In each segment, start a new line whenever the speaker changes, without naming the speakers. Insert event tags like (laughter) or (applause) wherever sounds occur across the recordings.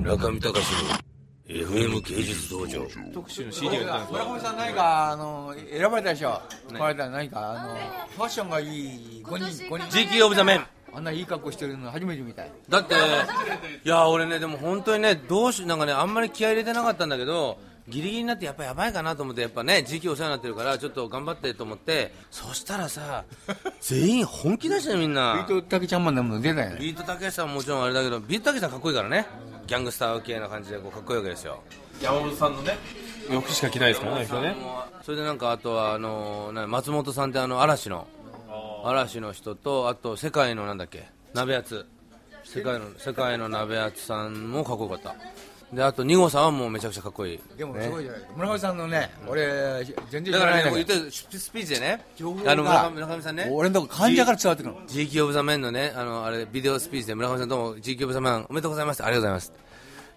中見隆の FM 芸術道場
特集の CD が出たんです
村上さん何かあの選ばれたでしょ選ばれたら何かあのファッションがいい五人五人
GQ オブザメン
あんないい格好してるの初めて見たい
だっていや俺ねでも本当にねどうしなんかねあんまり気合い入れてなかったんだけどギリギリになってやっぱやばいかなと思ってやっぱね時期お世話になってるからちょっと頑張ってと思ってそしたらさ全員本気出したよみん
ビ
な
ートたけちゃんマンなもの出ないね
ビートたけしさんももちろんあれだけどビートたけしさんかっこいいからねギャングスター系な感じでこうかっこいいわけですよ
山本さんのね洋服しか着ないですからねあの人ね
それでなんかあとはあのな松本さんってあの嵐の嵐の人とあと世界のなんだっけ鍋厚世界の世界の鍋厚さんもかっこよかったであと二号さんはもうめちゃくちゃかっこいい
でもすごいじゃない村上さんのね俺全然知
だからら
な
ね
いんだ
もう言っ
けど
てるスピーチでね
情報が
あの村上村上さんね
俺のとこ患者から伝わってくるの
GQ オブザメンのね、あの、あれ、ビデオスピーチで村上さんどうも GQ オブザメンおめでとうございました。ありがとうございます。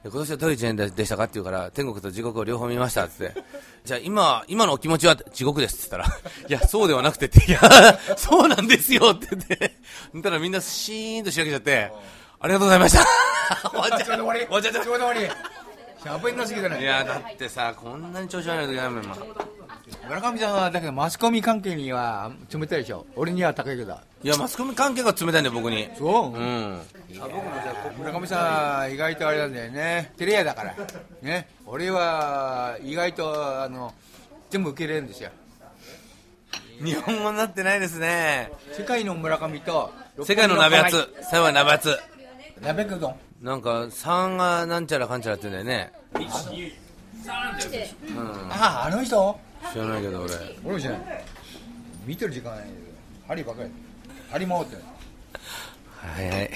で今年はどういう一年ででしたかって言うから、天国と地獄を両方見ましたってって。じゃあ今、今のお気持ちは地獄ですって言ったら、いや、そうではなくてって、いや、そうなんですよって言って、そしたらみんなシーンとしらけちゃって、ありがとうございました終わっちゃった。終わっちゃった
ちょうど終わりシャープになすぎだ
い
ね
や、だってさ、こんなに調子悪いのやめんもん
村上さんはだけどマスコミ関係には冷たいでしょ俺には高いけど
いや、マスコミ関係が冷たいんだよ、僕に。
そう、
うん。
村上さん意外とあれなんだよね照れ屋だからね俺は意外とあの全部受け入れるんですよ
日本語になってないですね。
世界の村上と
世界の鍋厚。最後は鍋厚。
鍋うどん
なんか3がなんちゃらかんちゃらって言うんだよね
あああの人
知らないけど俺
俺も知らない見てる時間ないんだけど針ばっかり針回ってる
はいはい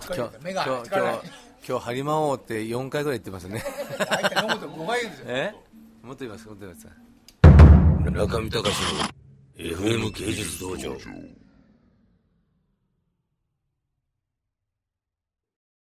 疲れ
今
た
日
目
今
が
日
疲れない
今日今日張り魔王って4回ぐらい言ってますね
大体飲むと5回言うんですよ
(laughs) えもっと言いますもっと言います中見隆の FM 芸術道場